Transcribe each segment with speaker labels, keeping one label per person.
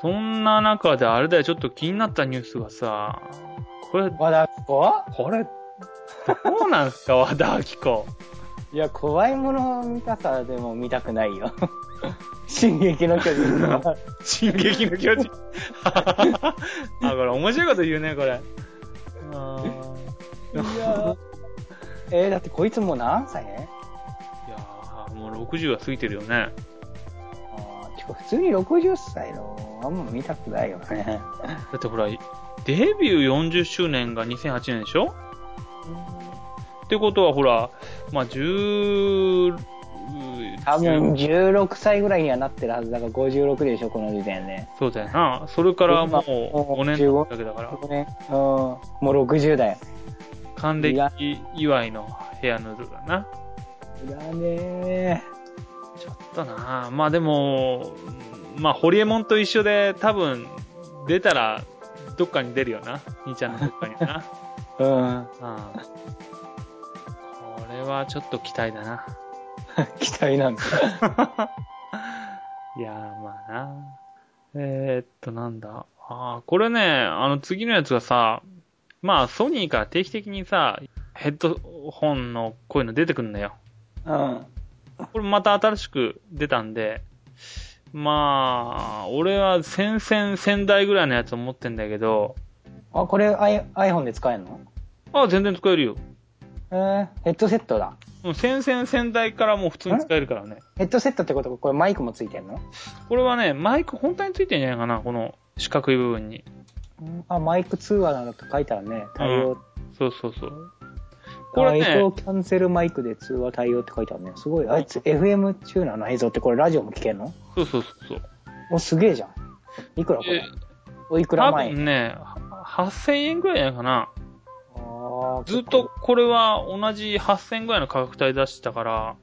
Speaker 1: そんな中であれだよ、ちょっと気になったニュースがさ、これ、
Speaker 2: 和田アキ子
Speaker 1: これ、どうなんす か、和田アキ子。
Speaker 2: いや、怖いもの見たさでも見たくないよ。 進撃の巨人とか。
Speaker 1: 進撃の巨人。 あ、これ面白いこと言うね、これ。あー
Speaker 2: いやーえー、だってこいつもう何歳
Speaker 1: いやーもう60は過ぎてるよね。
Speaker 2: あーてか普通に60歳の、あんま見たくないよね。
Speaker 1: だってほら、デビュー40周年が2008年でしょってことはほら、まあ、10、
Speaker 2: 多分16歳ぐらいにはなってるはずだから56でしょ、この時点で。
Speaker 1: そうだよな。それからもう5年だけだから、
Speaker 2: こね、うん、もう60だよ。
Speaker 1: 還暦祝いのヘアヌードルだな。
Speaker 2: だね
Speaker 1: ちょっとなまあでも、まあ、ホリエモンと一緒で多分、出たら、どっかに出るよな。兄ちゃんのどっかにはな。
Speaker 2: ー。
Speaker 1: うん。これはちょっと期待だな。
Speaker 2: うん。期待なんだ。
Speaker 1: いやー、まあな。えー、っと、なんだ。あーこれね、あの、次のやつがさ、まあ、ソニーから定期的にさ、ヘッドホンのこういうの出てくるんだよ。
Speaker 2: うん。
Speaker 1: これまた新しく出たんで、まあ、俺は先々先代ぐらいのやつを持ってんだけど、
Speaker 2: あ、これ I- iPhone で使えるの
Speaker 1: あ、全然使えるよ。
Speaker 2: えー、ヘッドセットだ。
Speaker 1: うん先々先代からもう普通に使えるからね。
Speaker 2: ヘッドセットってことはこれマイクもついてんの
Speaker 1: これはね、マイク本体についてんじゃないかな、この四角い部分に。
Speaker 2: うんあ、マイク通話などと書いたらね、対応、
Speaker 1: そうそうそう。これ
Speaker 2: あ映像
Speaker 1: ね、
Speaker 2: キャンセルマイクで通話対応って書いてあるね。すごい。あいつ FM チューナーの映像ってこれラジオも聞けんの
Speaker 1: そうそうそうそう。
Speaker 2: お、すげえじゃん。いくらこ
Speaker 1: え
Speaker 2: れおいくら
Speaker 1: 多
Speaker 2: 前
Speaker 1: 分ね、は8000円ぐらいじゃないかな。
Speaker 2: あー
Speaker 1: ずっと。これは同じ8000円ぐらいの価格帯出してたから、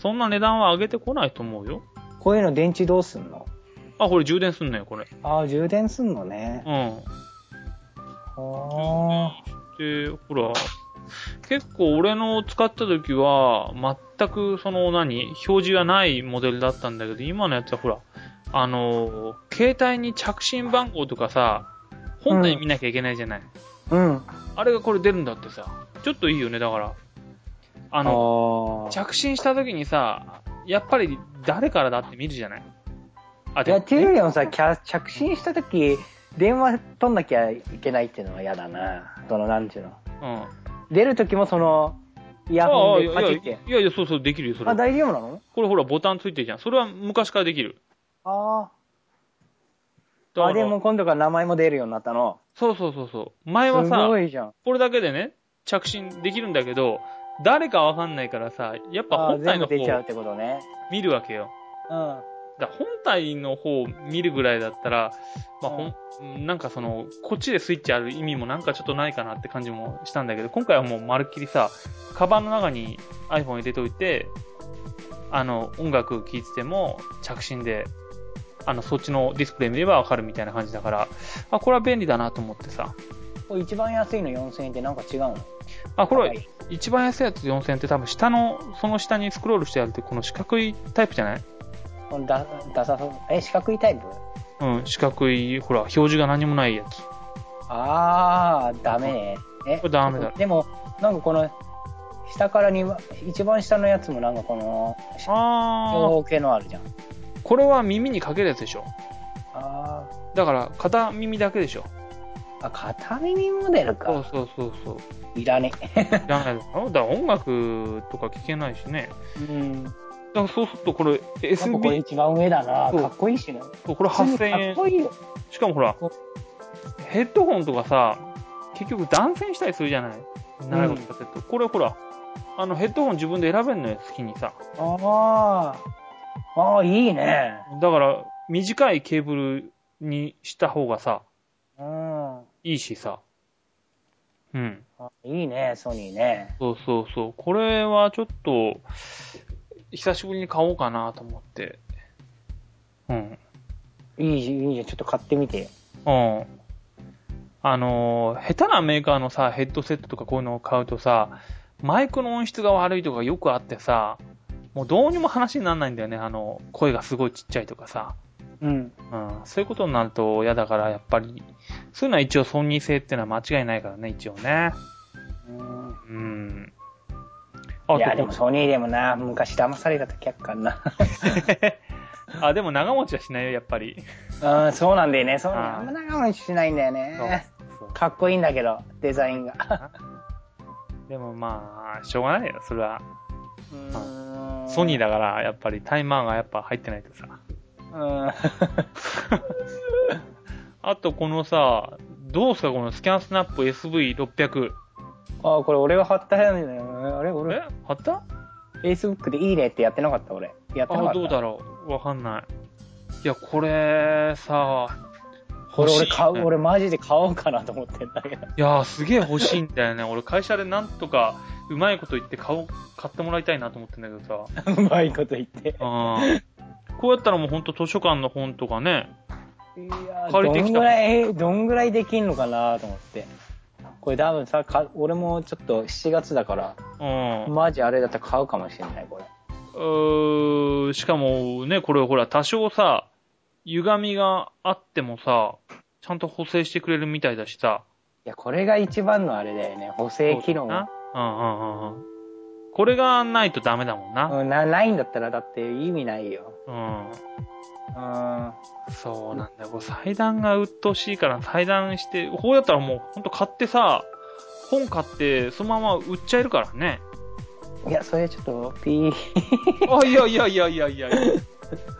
Speaker 1: そんな値段は上げてこないと思うよ。
Speaker 2: こういうの電池どうすんの
Speaker 1: あ、これ充電すんのよ、これ。
Speaker 2: ああ、充電すんのね。
Speaker 1: うん。
Speaker 2: あ
Speaker 1: で、ほら、結構俺の使った時は、全くその何、表示がないモデルだったんだけど、今のやつはほら、あのー、携帯に着信番号とかさ、本体見なきゃいけないじゃない。
Speaker 2: あ。うん。
Speaker 1: あれがこれ出るんだってさ、ちょっといいよね、だから。あ
Speaker 2: あ
Speaker 1: の、
Speaker 2: の
Speaker 1: 着信した時にさ、やっぱり誰からだって見るじゃない。あ、
Speaker 2: い
Speaker 1: で
Speaker 2: や、っていうよりもさ、キャ着信した時電話取んなきゃいけないっていうのは嫌だな。その、なんていうの。
Speaker 1: うん。あ
Speaker 2: 出る時もその、イヤホ
Speaker 1: あ、
Speaker 2: ン
Speaker 1: い
Speaker 2: で
Speaker 1: や
Speaker 2: パチっ
Speaker 1: いや
Speaker 2: て。、
Speaker 1: いやいや、そうそう、できるよ、それ
Speaker 2: あ、
Speaker 1: は。
Speaker 2: 大丈夫なの
Speaker 1: これほら、ボタンついてるじゃん。それは昔からできる。
Speaker 2: あ
Speaker 1: だ
Speaker 2: あ。
Speaker 1: から
Speaker 2: あ、でも今度から名前も出るようになったの。
Speaker 1: そうそうそうそう。前
Speaker 2: す
Speaker 1: はさ
Speaker 2: ご、いじゃん。
Speaker 1: これだけでね、着信できるんだけど、誰かわかんないからさ、やっぱ
Speaker 2: あー
Speaker 1: 本体
Speaker 2: 全
Speaker 1: の
Speaker 2: 部
Speaker 1: 方
Speaker 2: 出ちゃう
Speaker 1: を
Speaker 2: ってことね。
Speaker 1: 見るわけよ。
Speaker 2: うん。
Speaker 1: だから本体の方を見るぐらいだったら、まあほんなんかその、こっちでスイッチある意味もなんかちょっとないかなって感じもしたんだけど、今回はもうまるっきりさ、カバンの中に iPhone 入れといて、あの、音楽聴いてても着信で、あの、そっちのディスプレイ見ればわかるみたいな感じだから、あ、これは便利だなと思ってさ。
Speaker 2: これ一番安いの4000円ってなんか違うの
Speaker 1: あ、これは
Speaker 2: 高い
Speaker 1: 一番安いやつ4000円って多分下の、その下にスクロールしてあるってこの四角いタイプじゃない
Speaker 2: このだ、ダサそう。え、四角いタイプ
Speaker 1: うん、四角い、ほら、表示が何もないやつ。
Speaker 2: ああ、ダメね。え
Speaker 1: これダメだ
Speaker 2: でも、なんかこの、下から2番、一番下のやつもなんかこの、長
Speaker 1: あ
Speaker 2: 方形のあるじゃん。
Speaker 1: ー、これは耳にかけるやつでしょ。
Speaker 2: あ
Speaker 1: だから、片耳だけでしょ。
Speaker 2: あ。あ、片耳モデル
Speaker 1: そう
Speaker 2: か。
Speaker 1: そうそうそう。
Speaker 2: いらね
Speaker 1: いらない だろだから音楽とか聴けないしね。
Speaker 2: え。うん。やっ
Speaker 1: だからそうするとこれ
Speaker 2: ぱこれ
Speaker 1: SB、
Speaker 2: 一番上だな。
Speaker 1: そう
Speaker 2: かっこいいしな。
Speaker 1: これ
Speaker 2: 普通
Speaker 1: 8000
Speaker 2: にかっ
Speaker 1: 円。
Speaker 2: こいいよ。
Speaker 1: しかもほら
Speaker 2: こ、
Speaker 1: ヘッドホンとかさ、結局断線したりするじゃない長いこと使ってると。これほら、あのヘッドホン自分で選べるのよ、好きにさ。
Speaker 2: ああ。ああ、いいね。
Speaker 1: だから、短いケーブルにした方がさ、
Speaker 2: うん。
Speaker 1: いいしさ。うん。
Speaker 2: あいいね、ソニーね。
Speaker 1: そうそうそう。これはちょっと、久しぶりに買おうかなと思って。うん。
Speaker 2: いいじいいじゃん、ちょっと買ってみてよ。
Speaker 1: うん。あのー下手なメーカーのさ、ヘッドセットとかこういうのを買うとさ、マイクの音質が悪いとかよくあってさ、もうどうにも話にならないんだよね。あの、声がすごいちっちゃいとかさ。
Speaker 2: うん。
Speaker 1: うん、そういうことになると嫌だから、やっぱり、そういうのは一応ソニー製っていうのは間違いないからね、一応ね。
Speaker 2: うん
Speaker 1: うん。あ
Speaker 2: いや、でもソニーでもな、昔騙された時やっかんな。
Speaker 1: あ、でも長持ちはしないよ、やっぱり。
Speaker 2: うん、そうなんだよね。ソニ
Speaker 1: あー
Speaker 2: ーあんま長持ちしないんだよね。かっこいいんだけど、デザインが。
Speaker 1: でもまあ、しょうがないよ、それは。
Speaker 2: うん
Speaker 1: ソニーだから、やっぱりタイマーがやっぱ入ってないとさ。
Speaker 2: うん。
Speaker 1: あとこのさ、どうすか、このスキャンスナップ SV600。
Speaker 2: あ、これ俺が貼ったやつだよね。あれ
Speaker 1: え
Speaker 2: 俺、
Speaker 1: 貼った
Speaker 2: Facebook でいいねってやってなかった俺。やってな
Speaker 1: あ、
Speaker 2: かった。
Speaker 1: どうだろう。わかんない。いや、これさ、
Speaker 2: これ俺
Speaker 1: 欲しい
Speaker 2: 買
Speaker 1: よ
Speaker 2: う、
Speaker 1: ね
Speaker 2: 俺マジで買おうかなと思ってんだ けど。
Speaker 1: いやー、すげえ欲しいんだよね。 俺、会社でなんとか、うまいこと言って買おう買ってもらいたいなと思ってんだけどさ。
Speaker 2: うまいこと言って。
Speaker 1: うん。こうやったらもうほんと図書館の本とかね。
Speaker 2: いや
Speaker 1: 借
Speaker 2: ど
Speaker 1: りてきた
Speaker 2: んぐらい、どんぐらいできんのかなと思って。これ多分さ、か俺もちょっと7月だから、
Speaker 1: うん。
Speaker 2: マジあれだったら買うかもしれない、これ。
Speaker 1: うーしかもね、これほら、多少さ、歪みがあってもさ、ちゃんと補正してくれるみたいだしさ。
Speaker 2: いや、これが一番のあれだよね。補正機能
Speaker 1: そうだなうんうんうんうん。これがないとダメだもんな。
Speaker 2: うんなないんだったら、だって意味ないよ。
Speaker 1: うん。
Speaker 2: うん。
Speaker 1: そうなんだよ。こう裁断が鬱陶しいから、裁断して、こうやったらもう、ほんと買ってさ、本買って、そのまま売っちゃえるからね。
Speaker 2: いや、それちょっと、ピー。
Speaker 1: あ、いやいやいやいやいや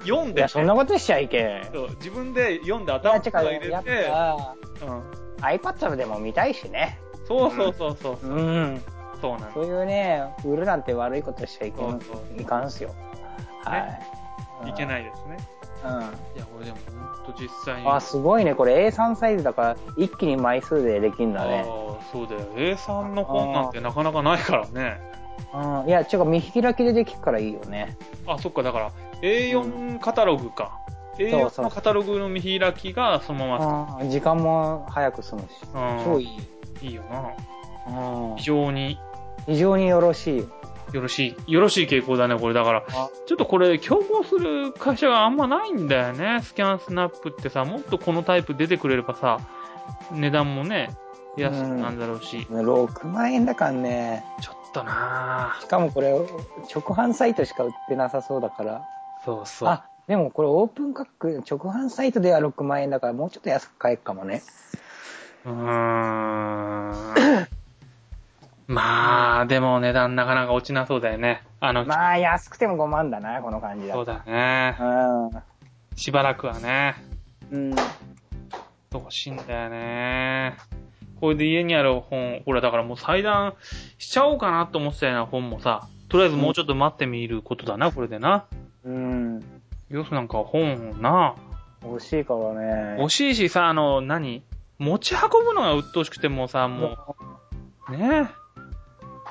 Speaker 1: 読ん
Speaker 2: い
Speaker 1: で
Speaker 2: や、、そんなことしちゃいけん。
Speaker 1: そう自分で読んで
Speaker 2: いや、
Speaker 1: 頭
Speaker 2: て
Speaker 1: から
Speaker 2: か、
Speaker 1: 入れ、
Speaker 2: やってぱ、
Speaker 1: うん。
Speaker 2: iPad でも見たいしね。
Speaker 1: そうそうそうそう。
Speaker 2: うん。
Speaker 1: そうなんだよ
Speaker 2: そういうね、売るなんて悪いことしちゃいけ
Speaker 1: そ
Speaker 2: ん
Speaker 1: うそ、
Speaker 2: いかんすよ。はい。
Speaker 1: いけ
Speaker 2: い。
Speaker 1: ないですね。
Speaker 2: う
Speaker 1: いや、これでも本当実際に。
Speaker 2: ん。あ、すごいね。これ A3 サイズだから、一気に枚数でできるんだ
Speaker 1: あ
Speaker 2: ね。
Speaker 1: ーそうだよ。A さんの本なんてなかなかないからね。
Speaker 2: うん。いや、ちょっと見開きでできるからいいよね。
Speaker 1: あ、そっか、だから A4 カタログか。
Speaker 2: そう
Speaker 1: A4
Speaker 2: そう
Speaker 1: のカタログの見開きがそのま
Speaker 2: うん。時間も早く済むし。
Speaker 1: ま。
Speaker 2: 超
Speaker 1: うん
Speaker 2: いい。
Speaker 1: いいよな。
Speaker 2: うん
Speaker 1: 非。常に
Speaker 2: 非常によろしい。
Speaker 1: よろしい、よろしい傾向だね、これ。だから、
Speaker 2: あ
Speaker 1: ちょっとこれ、競合する会社があんまないんだよね。スキャンスナップってさ、もっとこのタイプ出てくれればさ、値段もね、安くなんだろうし。
Speaker 2: 6万円だからね。
Speaker 1: ちょっとな
Speaker 2: しかもこれ、直販サイトしか売ってなさそうだから。
Speaker 1: ぁ。そうそう。
Speaker 2: あ、でもこれオープン価格、直販サイトでは6万円だからもうちょっと安く買えるかもね。
Speaker 1: うーんまあ、でも値段なかなか落ちなそうだよね。あの、
Speaker 2: まあ安くても5万だな、この感じだ
Speaker 1: そう
Speaker 2: と。
Speaker 1: だね。しばらくはね。
Speaker 2: うん。うん。
Speaker 1: 欲しいんだよね。これで家にある本、ほら、だからもう裁断しちゃおうかなと思ってたような本もさ、とりあえずもうちょっと待ってみることだな、これでな。
Speaker 2: うん。
Speaker 1: 要するなんか本な、
Speaker 2: 欲しいからね。
Speaker 1: 欲しいしさ、あの、何持ち運ぶのが鬱陶しくてもうさ、もう、ねえ。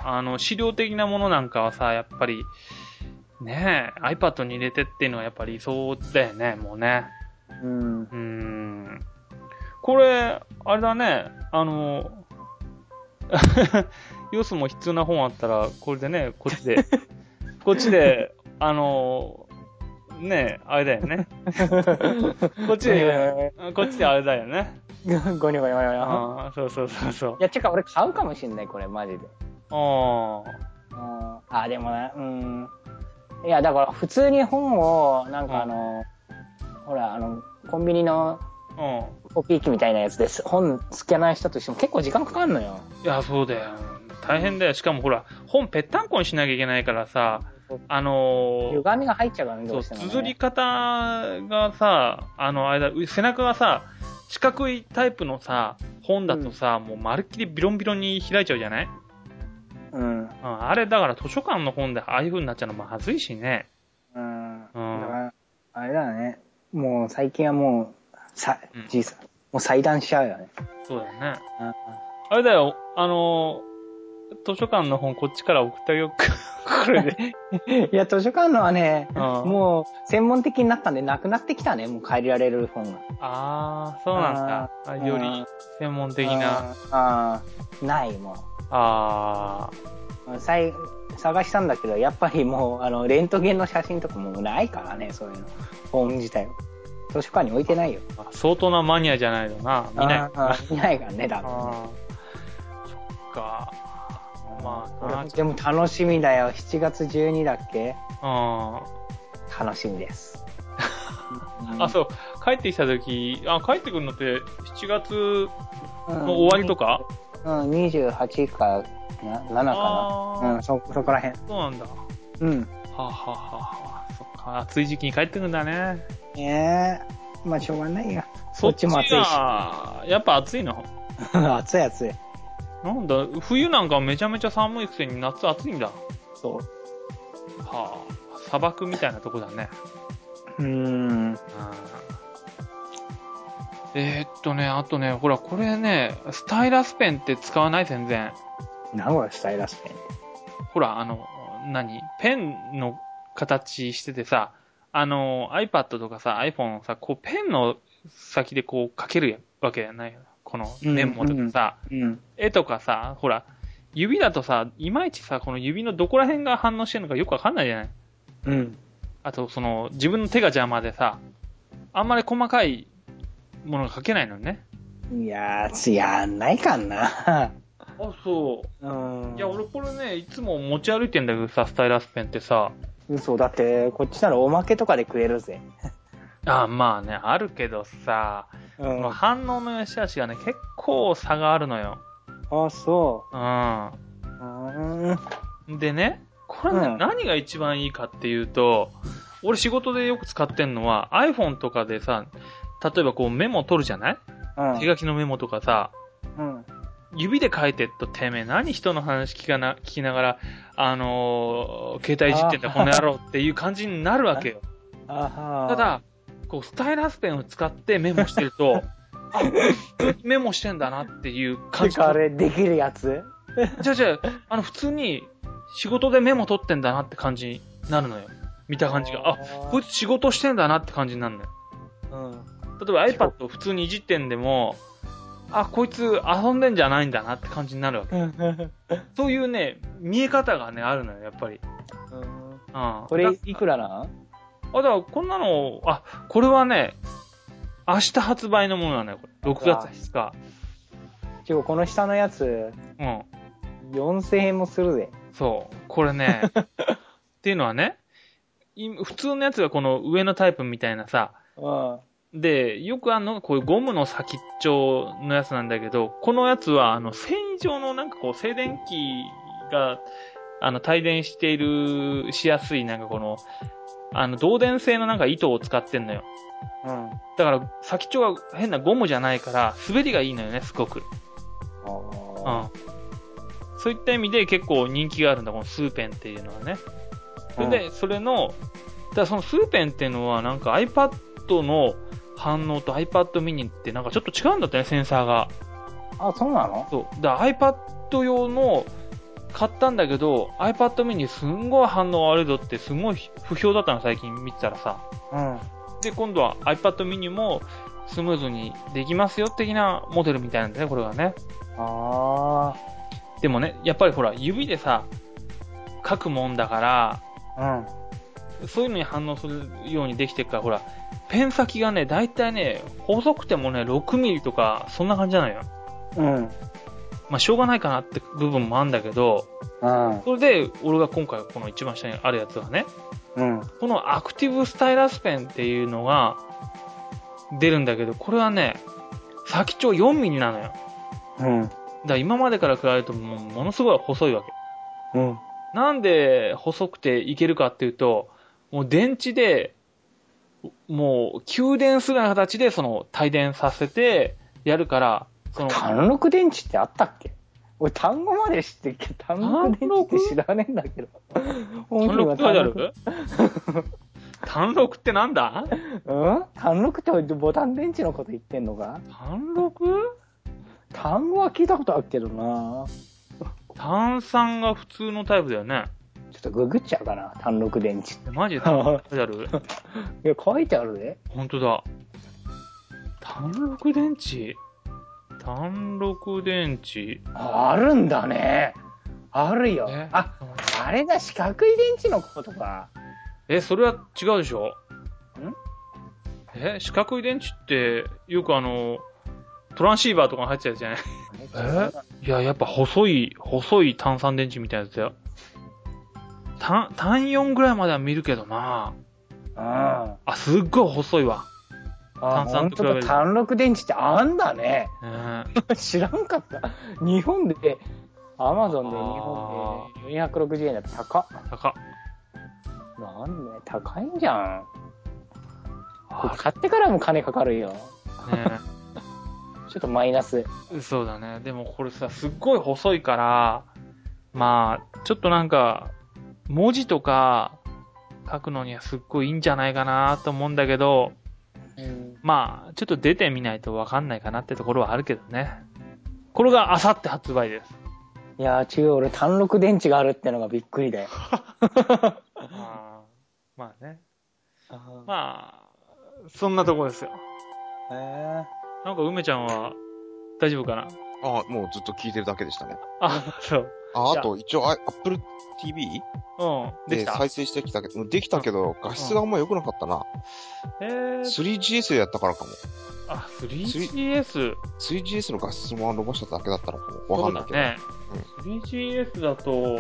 Speaker 1: あの、資料的なものなんかはさ、やっぱり、ねえ、iPad に入れてっていうのはやっぱり理想だよね、もうね。
Speaker 2: うん。
Speaker 1: うーん。これ、あれだね、あの、 要素も必要な本あったら、これでね、こっちで、こっちで、あの、ねえ、あれだよね。こっちで、こっちであれだよね。
Speaker 2: ゴニョゴニョゴニョ。
Speaker 1: ああ、そうそうそうそう
Speaker 2: い。や、てか俺買うかもしんない、これマジで。
Speaker 1: ああ。
Speaker 2: うんあ、でもね、うん。いや、だから普通に本を、なんかあの、ほら、あの、コンビニの
Speaker 1: うん。
Speaker 2: コピー機みたいなやつです。本スキャナーしたとしても結構時間かかんのよ。
Speaker 1: いや、そうだよ。大変だよ。しかもほら、本ぺったんこにしなきゃいけないからさ、あの
Speaker 2: 歪みが入っちゃうからね、
Speaker 1: ー、
Speaker 2: ど
Speaker 1: そう、
Speaker 2: うしても、ね。
Speaker 1: 綴り方がさ、あの、あれだ、う背中がさ、四角いタイプのさ、本だとさ、もうまるっきりビロンビロンに開いちゃうじゃない、
Speaker 2: うん。
Speaker 1: うん、あれ、だから図書館の本でああいう風になっちゃうのまずいしね。
Speaker 2: うん。だか
Speaker 1: うん
Speaker 2: ら、あれだね。もう最近はもう、さ
Speaker 1: うん、
Speaker 2: じいさん、もう裁断しちゃうよね。
Speaker 1: そうだよね。
Speaker 2: うん
Speaker 1: あれだよ、あのー、図書館の本こっちから送ってあげようか。こ れで。
Speaker 2: いや、図書館のはね、
Speaker 1: うん
Speaker 2: もう専門的になったんで、なくなってきたね、もう借りられる本が。
Speaker 1: ああ、そうなんだ。あより専門的な。
Speaker 2: あー。あーない、も
Speaker 1: ああ。
Speaker 2: う。さい探したんだけど、やっぱりもう、あの、レントゲンの写真とかもうないからね、そういうの。本自体は。図書館に置いてないよ。
Speaker 1: あ相当なマニアじゃないのな。見 ない。あ
Speaker 2: あー見ないからね、多
Speaker 1: あ
Speaker 2: 分。
Speaker 1: ー。そっか。まあ
Speaker 2: これ
Speaker 1: な
Speaker 2: でも楽しみだよ。7月12だっけ
Speaker 1: あ
Speaker 2: 楽しみです。
Speaker 1: ー あ、そう。帰ってきた時、あ、帰ってくるのって7月
Speaker 2: うん、
Speaker 1: の終わりとか、
Speaker 2: うん、28かな7か
Speaker 1: あ
Speaker 2: な。
Speaker 1: ー
Speaker 2: うん、そ、そこらへん。
Speaker 1: そうなんだ。は
Speaker 2: うん。
Speaker 1: あ、はあはあはあ、そっか。暑い時期に帰ってくるんだね。
Speaker 2: ねえ。まあ、しょうがないよ。
Speaker 1: そ
Speaker 2: そ
Speaker 1: っ
Speaker 2: っ
Speaker 1: ち
Speaker 2: ち
Speaker 1: も
Speaker 2: も
Speaker 1: 暑
Speaker 2: 暑
Speaker 1: い
Speaker 2: い
Speaker 1: し
Speaker 2: し。
Speaker 1: やっぱ暑いの
Speaker 2: 暑い 暑い。
Speaker 1: なんだ、冬なんかめちゃめちゃ寒いくせに夏暑いんだ。
Speaker 2: そ
Speaker 1: はあ、砂漠みたいなとこだね。
Speaker 2: う。うん。
Speaker 1: えーっとね、あとね、ほら、これね、スタイラスペンって使わない全然。
Speaker 2: 名古屋スタイラスペンって。
Speaker 1: ほら、あの、何ペンの形しててさ、あの、iPad とかさ、iPhone をさ、こう、ペンの先でこう、書けるわけじゃないよ。このメモとかさ、
Speaker 2: うん。
Speaker 1: 絵とかさ、ほら、指だとさ、いまいちさ、この指のどこら辺が反応してるのかよくわかんないじゃない
Speaker 2: うん。
Speaker 1: あと、その、自分の手が邪魔でさ、あんまり細かいものが書けないのね。
Speaker 2: いやー、つやんないかな。
Speaker 1: あ、そう。
Speaker 2: うん。
Speaker 1: いや、俺これね、いつも持ち歩いてんだけどさ、スタイラスペンってさ。
Speaker 2: 嘘、だって、こっちならおまけとかで食えるぜ。
Speaker 1: あ、まあね、あるけどさ、
Speaker 2: う
Speaker 1: こ
Speaker 2: ん。
Speaker 1: の
Speaker 2: あ、
Speaker 1: 反応の良し悪しがね、結構差があるのよ。
Speaker 2: そうう。うん。
Speaker 1: ん。でね、これね、
Speaker 2: うん
Speaker 1: 何が一番いいかっていうと、俺仕事でよく使ってんのは iPhone とかでさ、例えばこうメモ取るじゃない
Speaker 2: うん
Speaker 1: 手書きのメモとかさ、
Speaker 2: うん。
Speaker 1: 指で書いてっとてめえ何人の話聞かな、聞きながら、あのー携帯いじってんだ
Speaker 2: あー
Speaker 1: この野郎っていう感じになるわけよ。
Speaker 2: あは
Speaker 1: た、だ、こう、スタイラスペンを使ってメモしてる と、あ、メモしてんだなっていう感
Speaker 2: て
Speaker 1: じ。
Speaker 2: かあれ、できるやつ
Speaker 1: じゃあじゃあ、あの、普通に仕事でメモ取ってんだなって感じになるのよ。見た感じが。あ、
Speaker 2: ー
Speaker 1: こいつ仕事してんだなって感じになるのよ。
Speaker 2: うん。
Speaker 1: 例えば iPad を普通にいじってんでも、あ、こいつ遊んでんじゃないんだなって感じになるわけ。そういうね、見え方がね、あるのよ、やっぱり。
Speaker 2: うん
Speaker 1: うん。
Speaker 2: こ
Speaker 1: だ
Speaker 2: れ、いくらなん
Speaker 1: あ、だからこんなの、あ、これはね、明日発売のものなのよ、これ。6月2日。
Speaker 2: ちょ、この下のやつ、
Speaker 1: うん。
Speaker 2: 4000円もするぜ。
Speaker 1: そう。これね、 っていうのはね、い普通のやつがこの上のタイプみたいなさ、
Speaker 2: うん。
Speaker 1: で、よくあんのがこういうゴムの先っちょのやつなんだけど、このやつはあの繊維状のなんかこう静電気が、あの、帯電している、しやすいなんかこの、あの、導電性のなんか糸を使ってんのよ。
Speaker 2: うん。
Speaker 1: だから、先っちょが変なゴムじゃないから、滑りがいいのよね、すごく。う
Speaker 2: あ
Speaker 1: ん。そういった意味で結構人気があるんだ、このスーペンっていうのはね。それで、それの、だからそのスーペンっていうのは、なんか iPad の反応と iPad mini ってなんかちょっと違うんだったね、センサーが。
Speaker 2: あ、そうなの
Speaker 1: そう。だから iPad 用の買ったんだけど、iPad mini すんごい反応悪いぞって、すごい不評だったの、最近見てたらさ。
Speaker 2: うん。
Speaker 1: で、今度は iPad mini もスムーズにできますよ、的なモデルみたいなんだね、これはね。
Speaker 2: あ
Speaker 1: でもね、やっぱりほら、指でさ、書くもんだから、
Speaker 2: あ。うん。
Speaker 1: そういうのに反応するようにできてるから、ほら、ペン先がね、だいたいね、細くてもね、6ミリとか、そんな感じじゃないよ。
Speaker 2: うん。
Speaker 1: まあ、しょうがないかなって部分もあるんだけど、
Speaker 2: うん。
Speaker 1: それで、俺が今回この一番下にあるやつはね、
Speaker 2: うん。
Speaker 1: このアクティブスタイラスペンっていうのが、出るんだけど、これはね、先長4ミリなのよ。だか
Speaker 2: うん。
Speaker 1: ら今までから比べるともう、ものすごい細いわけ。
Speaker 2: うん。
Speaker 1: なんで細くていけるかっていうと、もう電池で、もう給電するような形でその帯電させてやるから、その、
Speaker 2: 単六電池ってあったっけ俺単語まで知ってっけど単六電池って知らねえんだけど。
Speaker 1: 単六って書いてあ
Speaker 2: 本
Speaker 1: る 単六ってなんだ
Speaker 2: 当は単六うん単六ってボタン電池のこと言ってんのか
Speaker 1: 単六
Speaker 2: 単語は聞いたことあるけどな
Speaker 1: 単三が普通のタイプだよね。
Speaker 2: ちょっとググっちゃうかな単六電 池。
Speaker 1: マジで単六って書いて ある
Speaker 2: いや、書いてあるで。
Speaker 1: 本当だ。単六電池単六電池
Speaker 2: ああるんだね。あるよ。
Speaker 1: ね
Speaker 2: あ、あれだ、四角い電池のことか。
Speaker 1: え、それは違うでしょえ、四角い電池って、よくあの、トランシーバーとかに入ってたやつじゃないいや、やっぱ細い、細い炭酸電池みたいなやつだよ。単、単4ぐらいまでは見るけどな
Speaker 2: うん。
Speaker 1: あ、すっごい細いわ。
Speaker 2: あ
Speaker 1: 炭酸
Speaker 2: 本
Speaker 1: と比
Speaker 2: 当
Speaker 1: べ
Speaker 2: だ
Speaker 1: ると
Speaker 2: 単六電池ってあんだね。
Speaker 1: うん。
Speaker 2: 知らんかった。日本で、アマゾンで日本で460円だって高っ。
Speaker 1: 高っ。
Speaker 2: なんで高いんじゃん。これ
Speaker 1: あ
Speaker 2: 買ってからも金かかるよ。
Speaker 1: ね
Speaker 2: ちょっとマイナス。
Speaker 1: そうだね。でもこれさ、すっごい細いから、まあ、ちょっとなんか、文字とか書くのにはすっごいいいんじゃないかなと思うんだけど、
Speaker 2: うん。
Speaker 1: まあ、ちょっと出てみないとわかんないかなってところはあるけどね。これがあさって発売です。
Speaker 2: いやー、違う、俺単六電池があるってのがびっくりだよ。
Speaker 1: あーまあね。
Speaker 2: ま
Speaker 1: まあ、そんなとこですよ。
Speaker 2: あ、へ
Speaker 1: なんか梅ちゃんは大丈夫かな
Speaker 3: ああ、もうずっと聞いてるだけでしたね。
Speaker 1: あ、そう。
Speaker 3: あ、
Speaker 1: じゃあ
Speaker 3: あと、一応、あ Apple TV?
Speaker 1: うん。でき
Speaker 3: で
Speaker 1: た
Speaker 3: 再生してきたけど、できたけど、画質があんま良くなかったな。
Speaker 1: えー、
Speaker 3: 3GS でやったからかも。
Speaker 1: あ、3GS。
Speaker 3: 3GS の画質も伸ばしただけだったのかも。わかんないけど。
Speaker 1: そうだね。3GS だと、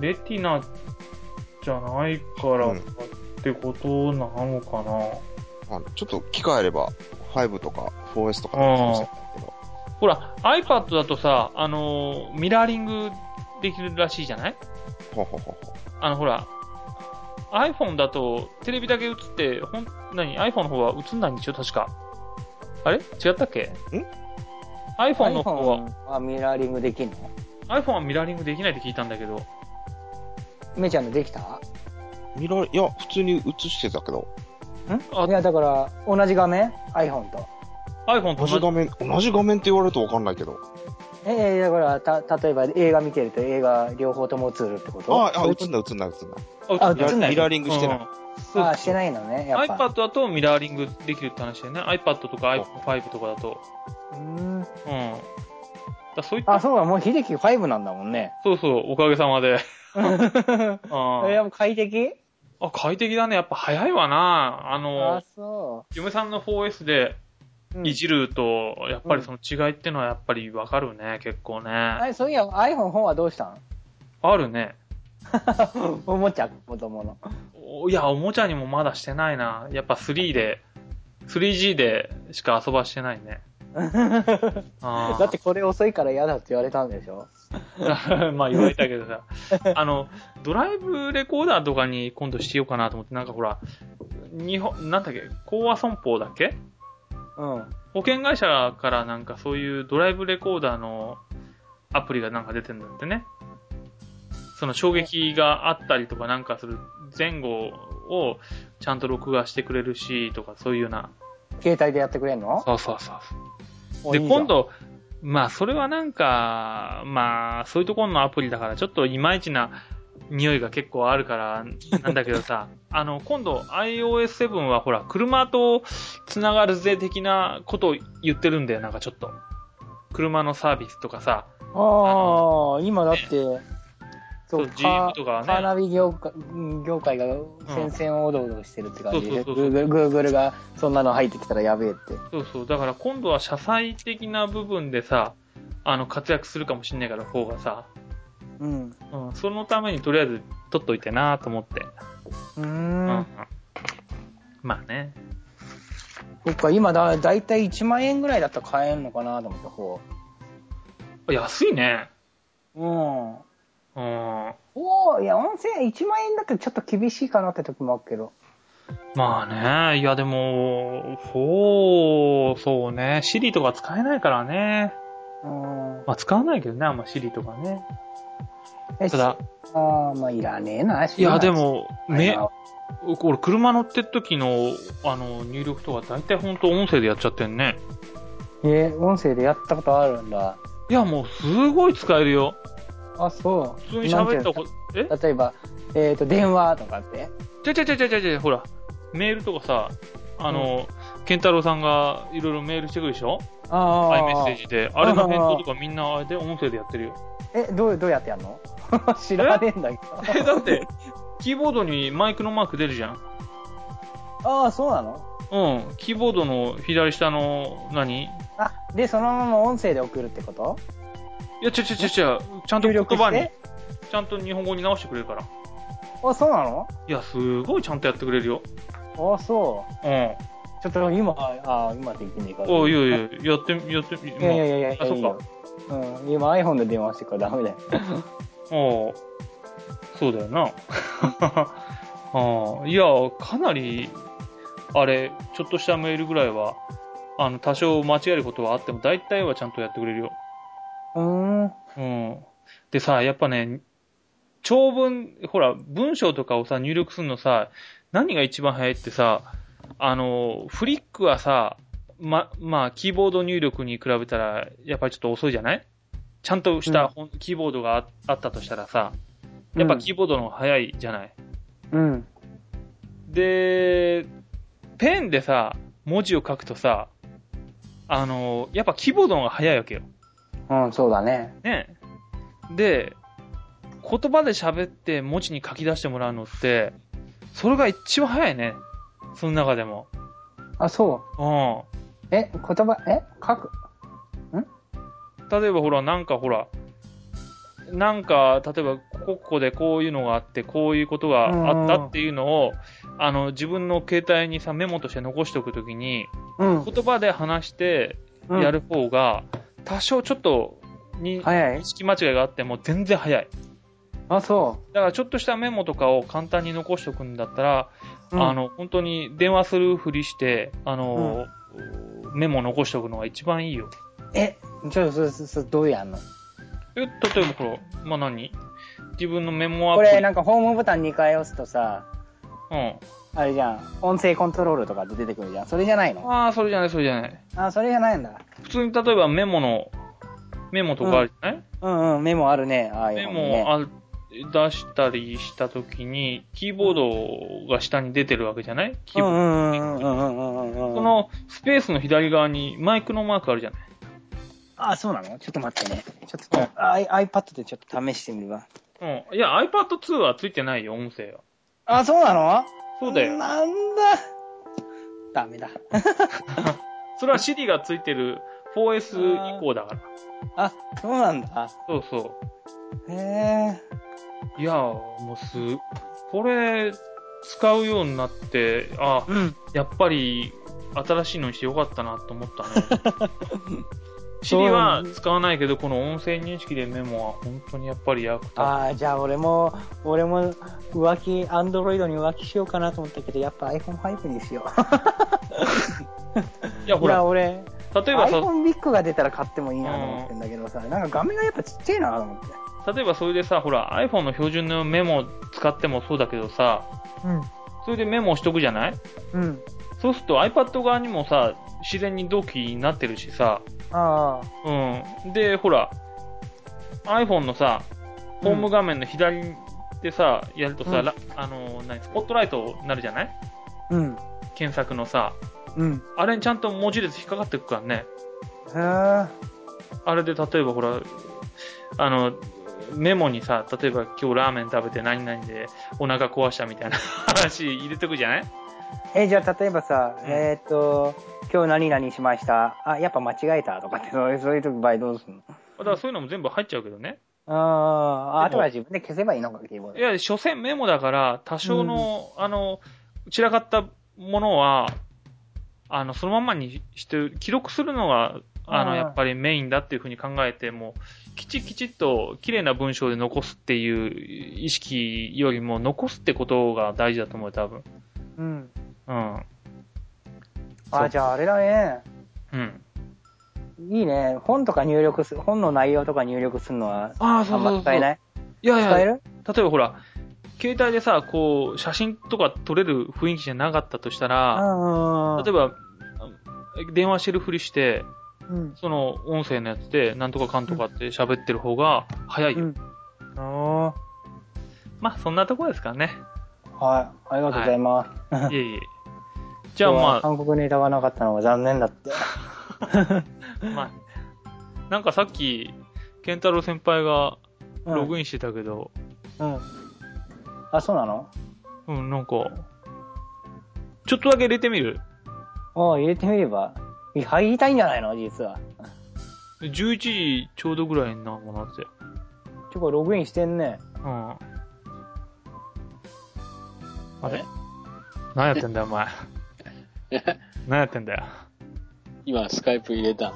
Speaker 1: レティナじゃないから
Speaker 3: うん
Speaker 1: ってことなのかな、
Speaker 3: あのちょっと機会あれば、5とか 4S とかの話したいんだけど。
Speaker 1: ほら、iPad だとさ、あのーミラーリングできるらしいじゃない
Speaker 3: ほうほうほうほ
Speaker 1: あの、ほら、iPhone だとテレビだけ映って、ほん、何 ?iPhone の方は映んないんでしょ確か。あれ違ったっけ
Speaker 3: ん
Speaker 1: ?iPhone の方は、
Speaker 2: は。あ、ミラーリングできんの
Speaker 1: iPhone はミラーリングできないって聞いたんだけど。
Speaker 2: めちゃんのできた
Speaker 3: う。ミラー、いや、普通に映してたけど、
Speaker 1: あ
Speaker 2: いや、だから、同じ画面 ?iPhone と。
Speaker 1: iPhone と同
Speaker 3: 同じ
Speaker 1: じ
Speaker 3: 画面、同じ画面って言われるとわかんないけど。
Speaker 2: ええだから、た、例えば映画見てると映画両方とも映るってこと
Speaker 3: ああ、
Speaker 2: そういうこ
Speaker 3: 映んない映んない映んない。
Speaker 2: あ
Speaker 3: ミラ
Speaker 2: 映んない
Speaker 3: ミラーリングしてない。
Speaker 1: うん
Speaker 2: とあ、してないのね、やっぱ。
Speaker 1: iPad だとミラーリングできるって話だよね。iPad とか iPhone5 とかだと。
Speaker 2: うーん。
Speaker 1: うん。だそういった、
Speaker 2: あ、そうだ、もう秀樹5なんだもんね。
Speaker 1: そうそう、おかげさま で。
Speaker 2: それ
Speaker 1: あ
Speaker 2: はもう快適
Speaker 1: あ快適だね。やっぱ早いわな。あの
Speaker 2: あ、、そ
Speaker 1: 嫁さんの 4S で
Speaker 2: う。うん
Speaker 1: いじると、やっぱりその違いってのはやっぱりわかるね。結構ね。
Speaker 2: あれそういや、iPhone 本はどうしたん
Speaker 1: あるね。
Speaker 2: おもちゃ、子供の。
Speaker 1: おいや、おもちゃにもまだしてないな。やっぱ3で、3G でしか遊ばしてないね。 あー
Speaker 2: だってこれ遅いから嫌だって言われたんでしょ
Speaker 1: まあ言われたけどさ、あの、ドライブレコーダーとかに今度しようかなと思って、なんかほら、日本、なんだっけ、高和損保だっけ
Speaker 2: うん。
Speaker 1: 保険会社からなんかそういうドライブレコーダーのアプリがなんか出てるんだってね。その衝撃があったりとかなんかする前後をちゃんと録画してくれるしとかそういうような。
Speaker 2: 携帯でやってくれんの
Speaker 1: そうそうそう。
Speaker 2: お
Speaker 1: で、
Speaker 2: いいじゃん
Speaker 1: 今度、まあ、それはなんか、まあ、そういうところのアプリだから、ちょっといまいちな匂いが結構あるから、なんだけど さ、あの、今度 iOS7 はほら、車と繋がるぜ的なことを言ってるんだよ、なんかちょっと。車のサービスとかさ、
Speaker 2: ああ、今だって、
Speaker 1: そう GM とかはね
Speaker 2: カーナビ業界業界が戦線をおどおどしてるって感じで、
Speaker 1: そうそ
Speaker 2: グ
Speaker 1: うそう
Speaker 2: ーグルグーグルがそんなの入ってきたらやべえって。
Speaker 1: そうそう、だから今度は車載的な部分でさ、あの、活躍するかもしんないから、方がさ、
Speaker 2: うん。
Speaker 1: うん、そのためにとりあえず取っといてなと思って。
Speaker 2: うー
Speaker 1: うん
Speaker 2: ん。
Speaker 1: まあね。
Speaker 2: そっか、今だ、だいたい1万円ぐらいだったら買えるのかなと思って、こ
Speaker 1: 安いね。
Speaker 2: う。うん。
Speaker 1: うん。
Speaker 2: おおいや、温泉1万円だとちょっと厳しいかなって時もあるけど。
Speaker 1: まあね、いやでも、そう、そうね、シリとか使えないからね。
Speaker 2: うん。
Speaker 1: まあ使わないけどね、あんまシリとかね。
Speaker 2: え
Speaker 1: ただ、、
Speaker 2: ああ、まあいらねえな、
Speaker 1: いやで、も、
Speaker 2: ね
Speaker 1: め、、俺車乗ってる時の、あの、入力とか大体ほんと音声でやっちゃってんね。
Speaker 2: え、音声でやったことあるんだ。
Speaker 1: いやもうすごい使えるよ。
Speaker 2: あ、そう。
Speaker 1: 普通に喋ったこえ
Speaker 2: なんていうの例えば、えっ、と、電話とかって。
Speaker 1: ちゃちゃちゃちゃちゃちゃ、ほら、メールとかさ、あの、ケンタロウさんがいろいろメールしてくるでしょ
Speaker 2: あ
Speaker 1: アイメッセージで。あれの返答とかみんなあれで音声でやってるよ。
Speaker 2: え、どう、どうやってやるの 知らねえんだけ
Speaker 1: え、だって、キーボードにマイクのマーク出るじゃん。
Speaker 2: ど。ああ、そうなの
Speaker 1: うん。キーボードの左下の何、い
Speaker 2: あ、で、そのまま音声で送るってこと
Speaker 1: や、ちょちょちょちょ、ちゃんと
Speaker 2: 入
Speaker 1: 言
Speaker 2: 力
Speaker 1: 葉
Speaker 2: し
Speaker 1: に
Speaker 2: て、。
Speaker 1: ちゃんと日本語に直してくれるから。
Speaker 2: あ、そうなの
Speaker 1: いや、すごいちゃんとやってくれるよ。
Speaker 2: あ、そう。
Speaker 1: うん。
Speaker 2: ちょっと今、あ、今できねえから。
Speaker 1: おいやいや、やってみ、やってみ、
Speaker 2: いやいやいやいや、
Speaker 1: あそっか
Speaker 2: いいようん、今 iPhone で電話してるからダメだよ。
Speaker 1: もう、ああ、そうだよな。 ああ、いや、かなり、あれ、ちょっとしたメールぐらいは、あの、多少間違えることはあっても、大体はちゃんとやってくれるよ。
Speaker 2: うーん。
Speaker 1: うん。でさ、やっぱね、長文、ほら、文章とかをさ、入力するのさ、何が一番早いってさ、あの、フリックはさ、ま、まあ、キーボード入力に比べたら、やっぱりちょっと遅いじゃないちゃんとした本、キーボードがああったとしたらさ、やっぱキーボードの方が早いじゃない。
Speaker 2: うん。
Speaker 1: で、ペンでさ、文字を書くとさ、あの、やっぱキーボードの方が早いわけよ。
Speaker 2: うん、そうだね。
Speaker 1: ね。で、言葉で喋って文字に書き出してもらうのって、それが一番早いね。その中でも。
Speaker 2: あ、そうう。え、言葉、え、書く。
Speaker 1: ん。例えばほら、なんかほら、なんか、例えば、ここここでこういうのがあって、こういうことがあったっていうのを、あの、自分の携帯にさ、メモとして残しておくときに、
Speaker 2: うん。
Speaker 1: 言葉で話して
Speaker 2: うん
Speaker 1: やる。方が、多少ちょっと、に、
Speaker 2: 早い
Speaker 1: 意。識間違いがあっても全然早い。
Speaker 2: あ、そ
Speaker 1: だからちょっとしたメモとかを簡単に残しておくんだったら、
Speaker 2: う。うん
Speaker 1: あ、の、本当に電話するふりして、あの、メモ残しておくのが一番いいよ。
Speaker 2: え、ちょ、そ、そ、そ、どうやんの
Speaker 1: え、例えばこれ、まあ、何自分のメモアプ
Speaker 2: こ
Speaker 1: リ。
Speaker 2: れ、なんかホームボタン2回押すとさ、
Speaker 1: う
Speaker 2: あれじゃん、音声コントロールとかって出てくるじゃん。それじゃない
Speaker 1: ん。
Speaker 2: の
Speaker 1: ああ、それじゃない、それじゃない。
Speaker 2: あ、それじゃないんだ。
Speaker 1: 普通に例えばメモの、メモとかあるじゃない、
Speaker 2: うんうん、メモあるね。ああ、
Speaker 1: メ
Speaker 2: ね
Speaker 1: モある出したりしたときに、キーボードが下に出てるわけじゃないキー
Speaker 2: う
Speaker 1: ボード。
Speaker 2: んうんうんうんうんうんうんうん。
Speaker 1: こ、のスペースの左側にマイクのマークあるじゃない
Speaker 2: あ、そうなのちょっと待ってね。ちょっと、あ I- iPad でちょっと試してみるわ。
Speaker 1: うん。いや、iPad 2はついてないよ、音声は。
Speaker 2: あ、そうなの
Speaker 1: そうだよ。
Speaker 2: なんだ。ダメだ。
Speaker 1: それは Siri がついてる 4S 以降だから。
Speaker 2: あ、そうなんだ。
Speaker 1: そうそ
Speaker 2: へえ。
Speaker 1: う。いやー、もうす、これ、使うようになって、あ、
Speaker 2: うん。
Speaker 1: やっぱり、新しいのにしてよかったなと思ったね。
Speaker 2: そう
Speaker 1: Siri は使わないけど、この音声認識でメモは本当にやっぱり役立つ。
Speaker 2: ああ、じゃあ俺も、俺も浮気、アンドロイドに浮気しようかなと思ったけど、やっぱ iPhone5 にしよ
Speaker 1: いや、
Speaker 2: う。
Speaker 1: ほ
Speaker 2: いや、
Speaker 1: ら、
Speaker 2: 俺、
Speaker 1: 例えばさ、
Speaker 2: iPhone ビッグが出たら買ってもいいなと思ってんだけどさ、なんか画面がやっぱちっちゃいなと思って。
Speaker 1: 例えばそれでさ、ほら、iPhone の標準のメモ使ってもそうだけどさ、それでメモしとくじゃない
Speaker 2: うん。うん。
Speaker 1: そうすると iPad 側にもさ、自然に同期になってるしさ、
Speaker 2: あ
Speaker 1: うん。で、ほら、iPhone のさ、ホーム画面の左でさ、やるとさ、
Speaker 2: うん
Speaker 1: らあの、何、スポットライトになるじゃない
Speaker 2: あ。うん。
Speaker 1: 検索のさ、
Speaker 2: うん。
Speaker 1: あれにちゃんと文字列引っかかってくからね。
Speaker 2: へえ。
Speaker 1: あれで例えばほら、あの、メモにさ、例えば今日ラーメン食べて何々でお腹壊したみたいな話入れてくじゃない
Speaker 2: え、じゃあ例えばさ、
Speaker 1: うん
Speaker 2: えーっと、今日何々しました。あ、やっぱ間違えたとかって、そういうそういう時場合どうすんの
Speaker 1: だからそういうのも全部入っちゃうけどね。
Speaker 2: あーあ、
Speaker 1: でも
Speaker 2: とは自分で消せばいいのか、キーボー
Speaker 1: い
Speaker 2: ド。
Speaker 1: や、所詮メモだから、多少の、あの、散らかったものは、あの、そのままにして、記録するのが、あの、
Speaker 2: あー
Speaker 1: やっぱりメインだっていうふうに考えても、きちきちっと綺麗な文章で残すっていう意識よりも、残すってことが大事だと思うよ、多分。
Speaker 2: うん。
Speaker 1: うん。そ
Speaker 2: あ、
Speaker 1: う
Speaker 2: じゃああれだね。
Speaker 1: うん。
Speaker 2: いいね。本とか入力す、本の内容とか入力するのは、
Speaker 1: ああ、
Speaker 2: あ
Speaker 1: そうんそうそ
Speaker 2: ま
Speaker 1: う。
Speaker 2: 使えない
Speaker 1: いやいや、
Speaker 2: 使え
Speaker 1: 例
Speaker 2: る
Speaker 1: えばほら、携帯でさ、こう、写真とか撮れる雰囲気じゃなかったとした
Speaker 2: う
Speaker 1: ら、
Speaker 2: んうん。
Speaker 1: 例えば、電話してるふりして、
Speaker 2: うん。
Speaker 1: その音声のやつで、なんとかかんとかって喋ってる方が早いよ。
Speaker 2: うんあ
Speaker 1: まあ、そんなとこですか ね。
Speaker 2: あ。はい。ありがとうございます。
Speaker 1: いえいえ。じゃあま
Speaker 2: 韓国ネタがなかったのが残念だって。
Speaker 1: あ、まあ、なんかさっき、ケンタロウ先輩が
Speaker 2: うん
Speaker 1: ログインしてたけど、
Speaker 2: うん。あ、そうなの
Speaker 1: うん、なんか、ちょっとだけ入れてみる
Speaker 2: ああ、入れてみれば、入りたいんじゃないの実は。
Speaker 1: 11時ちょうどぐらいになるものだって。
Speaker 2: ちょ、これログインしてんね。
Speaker 1: うん。あれ何やってんだよ、お前。 何やってんだよ。
Speaker 4: 今、スカイプ入れた。
Speaker 1: あ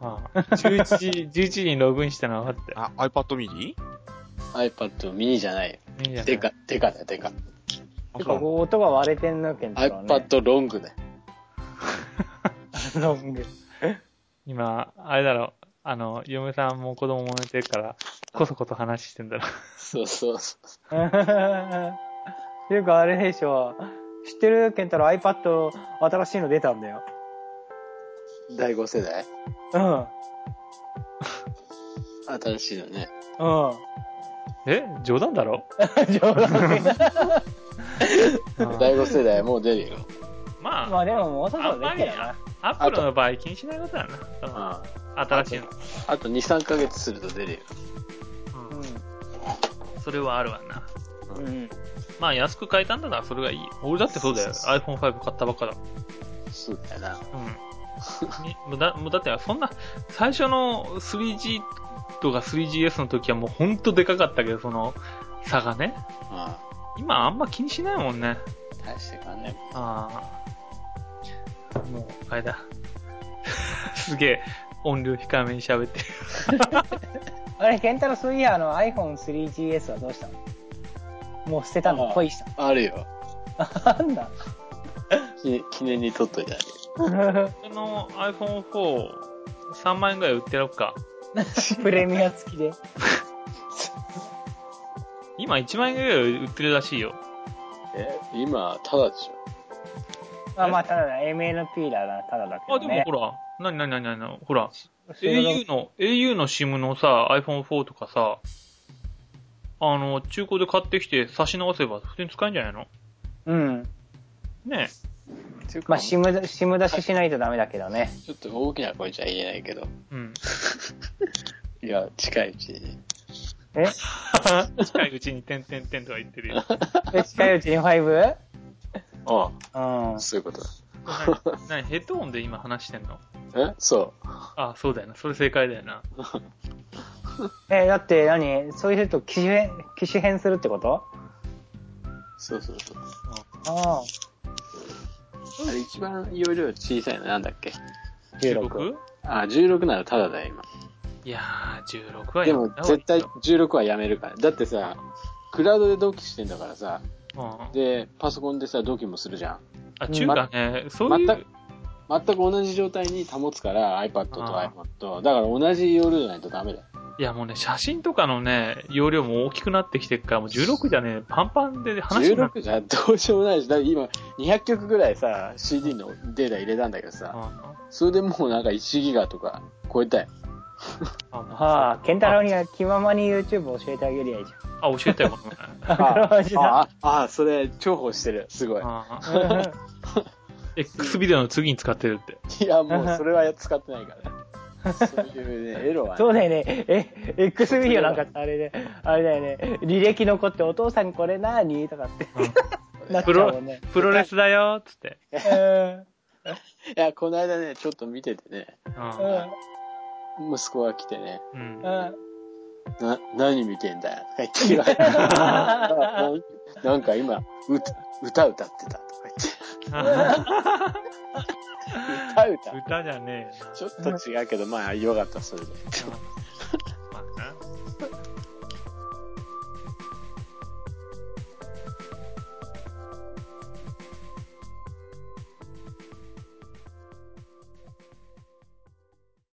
Speaker 1: あ11時、11時にログインしたのは分かって
Speaker 3: あ、iPad mini?
Speaker 4: iPad mini じゃないよ。。
Speaker 1: いいんじゃない
Speaker 4: デカ、デカだよ、デカ。
Speaker 3: あ
Speaker 2: てか、こう音が割れてんのけんとろね。
Speaker 4: iPad ロングだよ。
Speaker 2: iPad ロ ング。
Speaker 1: 今、あれだろ、あの、嫁さんも子供も寝てるから、こそこそ話してんだろ。
Speaker 4: そうそうそ
Speaker 2: ていうか、あれでしょ。知ってるケンタロウ iPad 新しいの出たんだよ。
Speaker 4: う。第5世代
Speaker 2: うん。
Speaker 4: 新しいのね。
Speaker 2: うん。
Speaker 1: え冗談だろ
Speaker 2: 冗談で
Speaker 4: 第5世代もう出るよ。
Speaker 1: ま
Speaker 2: ま
Speaker 1: あ、
Speaker 2: あでも、もうそろそろできるよな。
Speaker 1: アップルの場合気にしないことだ
Speaker 4: うん。
Speaker 1: な。
Speaker 4: あ
Speaker 1: 新しいの。
Speaker 4: と2、3ヶ月すると出るよ。
Speaker 1: うんそれはあるわな。
Speaker 2: うん。うん。
Speaker 1: まあ、安く買えたんだならそれがいい。俺だってそうだよ。iPhone5 買ったばっかだもん。
Speaker 4: そうだよな。
Speaker 1: うん。にもうだもうだって、そんな、最初の 3G とか 3GS の時はもうほんとでかかったけど、その差がね。今あんま気にしないもんね。
Speaker 4: うん。大してかんね
Speaker 1: ああ。もう、あれだ。 すげえ、音量控えめに喋ってる。
Speaker 2: あれ、ケンタロウそういや、あの iPhone3GS はどうしたのもう捨てたの
Speaker 4: あ
Speaker 2: 恋した
Speaker 4: あるよ。
Speaker 2: の。なんだ
Speaker 4: 記念記念に撮っといてあげる。
Speaker 1: この iPhone4、3万円ぐらい売ってやろうか。
Speaker 2: プレミア付きで。
Speaker 1: 今1万円ぐらい売ってるらしいよ。
Speaker 4: え今、ただでしょ。
Speaker 2: まあまあ、ただだ、MNP だな、ただだけ
Speaker 1: あ、
Speaker 2: ど、
Speaker 1: でも
Speaker 2: ね。
Speaker 1: ほら、なになになになにほら、
Speaker 2: それが
Speaker 1: au の、au の SIM のさ、iPhone4 とかさ、あの、中古で買ってきて差し直せば普通に使えんじゃないの
Speaker 2: うん。
Speaker 1: ね
Speaker 4: っていうか
Speaker 2: まあ、シム、シム出ししないとダメだけどね。
Speaker 4: ちょっと大きな声じゃ言えないけど。
Speaker 1: え。うん。
Speaker 4: いや、近いうちにね。
Speaker 2: え
Speaker 1: 近いうちに点々点とか言ってる よ。
Speaker 2: え近いうちに 5?
Speaker 4: あ
Speaker 2: うん
Speaker 4: あ、。そういうこと
Speaker 1: 何何ヘッドホンで今話してんの
Speaker 4: だ。えそ
Speaker 1: あ、そうだよな。それ正解だよな。
Speaker 2: えだって何そういうと機種変、機種変するってこと
Speaker 4: う。そうそうそう。
Speaker 2: ああ、
Speaker 4: あれ一番容量小さいのなんだっけ
Speaker 1: 中
Speaker 2: 16。
Speaker 1: 国
Speaker 4: あ、16ならただだよ、今。
Speaker 1: いやー、16は
Speaker 4: で
Speaker 1: やめ
Speaker 4: も
Speaker 1: た方がいいよ
Speaker 4: 絶対16はやめるから。だってさ、クラウドで同期してんだからさ、
Speaker 1: うん。あ、
Speaker 4: で、パソコンでさ、同期もするじゃん。
Speaker 1: 中華ね、そういう
Speaker 4: 全く、全く同じ状態に保つから、iPad と
Speaker 1: あ
Speaker 4: iPhone と。だから同じ容量じゃないとダメだよ。
Speaker 1: いやもうね、写真とかのね、容量も大きくなってきてるから、もう16じゃね、パンパンで話になる。
Speaker 4: 16じゃどうしようもないし、だって今200曲ぐらいさ、CD のデータ入れたんだけど
Speaker 1: うん
Speaker 4: さ、
Speaker 1: あ、
Speaker 4: それでもうなんか1ギガとか超えたよ。
Speaker 2: はあ、ケンタロウ
Speaker 1: に。
Speaker 2: には気ままに YouTube 教えてあげりゃいいじ
Speaker 1: あ、教えたよ、この前。
Speaker 2: ゃん。あマジだ。
Speaker 4: ああ、あそれ重宝してる。すごい。
Speaker 1: ああ
Speaker 2: うん
Speaker 1: X ビデオの次に使ってるって。
Speaker 4: いや、もうそれは使ってないから。そういうね、エロ は、
Speaker 2: そうだよね。え、X ビデオなんかあれで、あれだよね。履歴残ってお父さんこれなーにとかってなっち
Speaker 1: プ
Speaker 2: ゃう
Speaker 1: ロ
Speaker 2: もんね。
Speaker 1: プロレスだよ、つって。
Speaker 2: うん。
Speaker 4: いや、この間ね、ちょっと見ててね、
Speaker 2: う。
Speaker 1: うん
Speaker 4: 息子が来てね、
Speaker 1: ん。う ん。
Speaker 2: うん。
Speaker 4: な、何見てんだよ、とか言って言われてな なんか今、歌、歌歌ってた、とか言って。歌歌
Speaker 1: 歌じゃねえよ
Speaker 4: ちょっと違うけど、まあ、よかった、それで。
Speaker 1: な。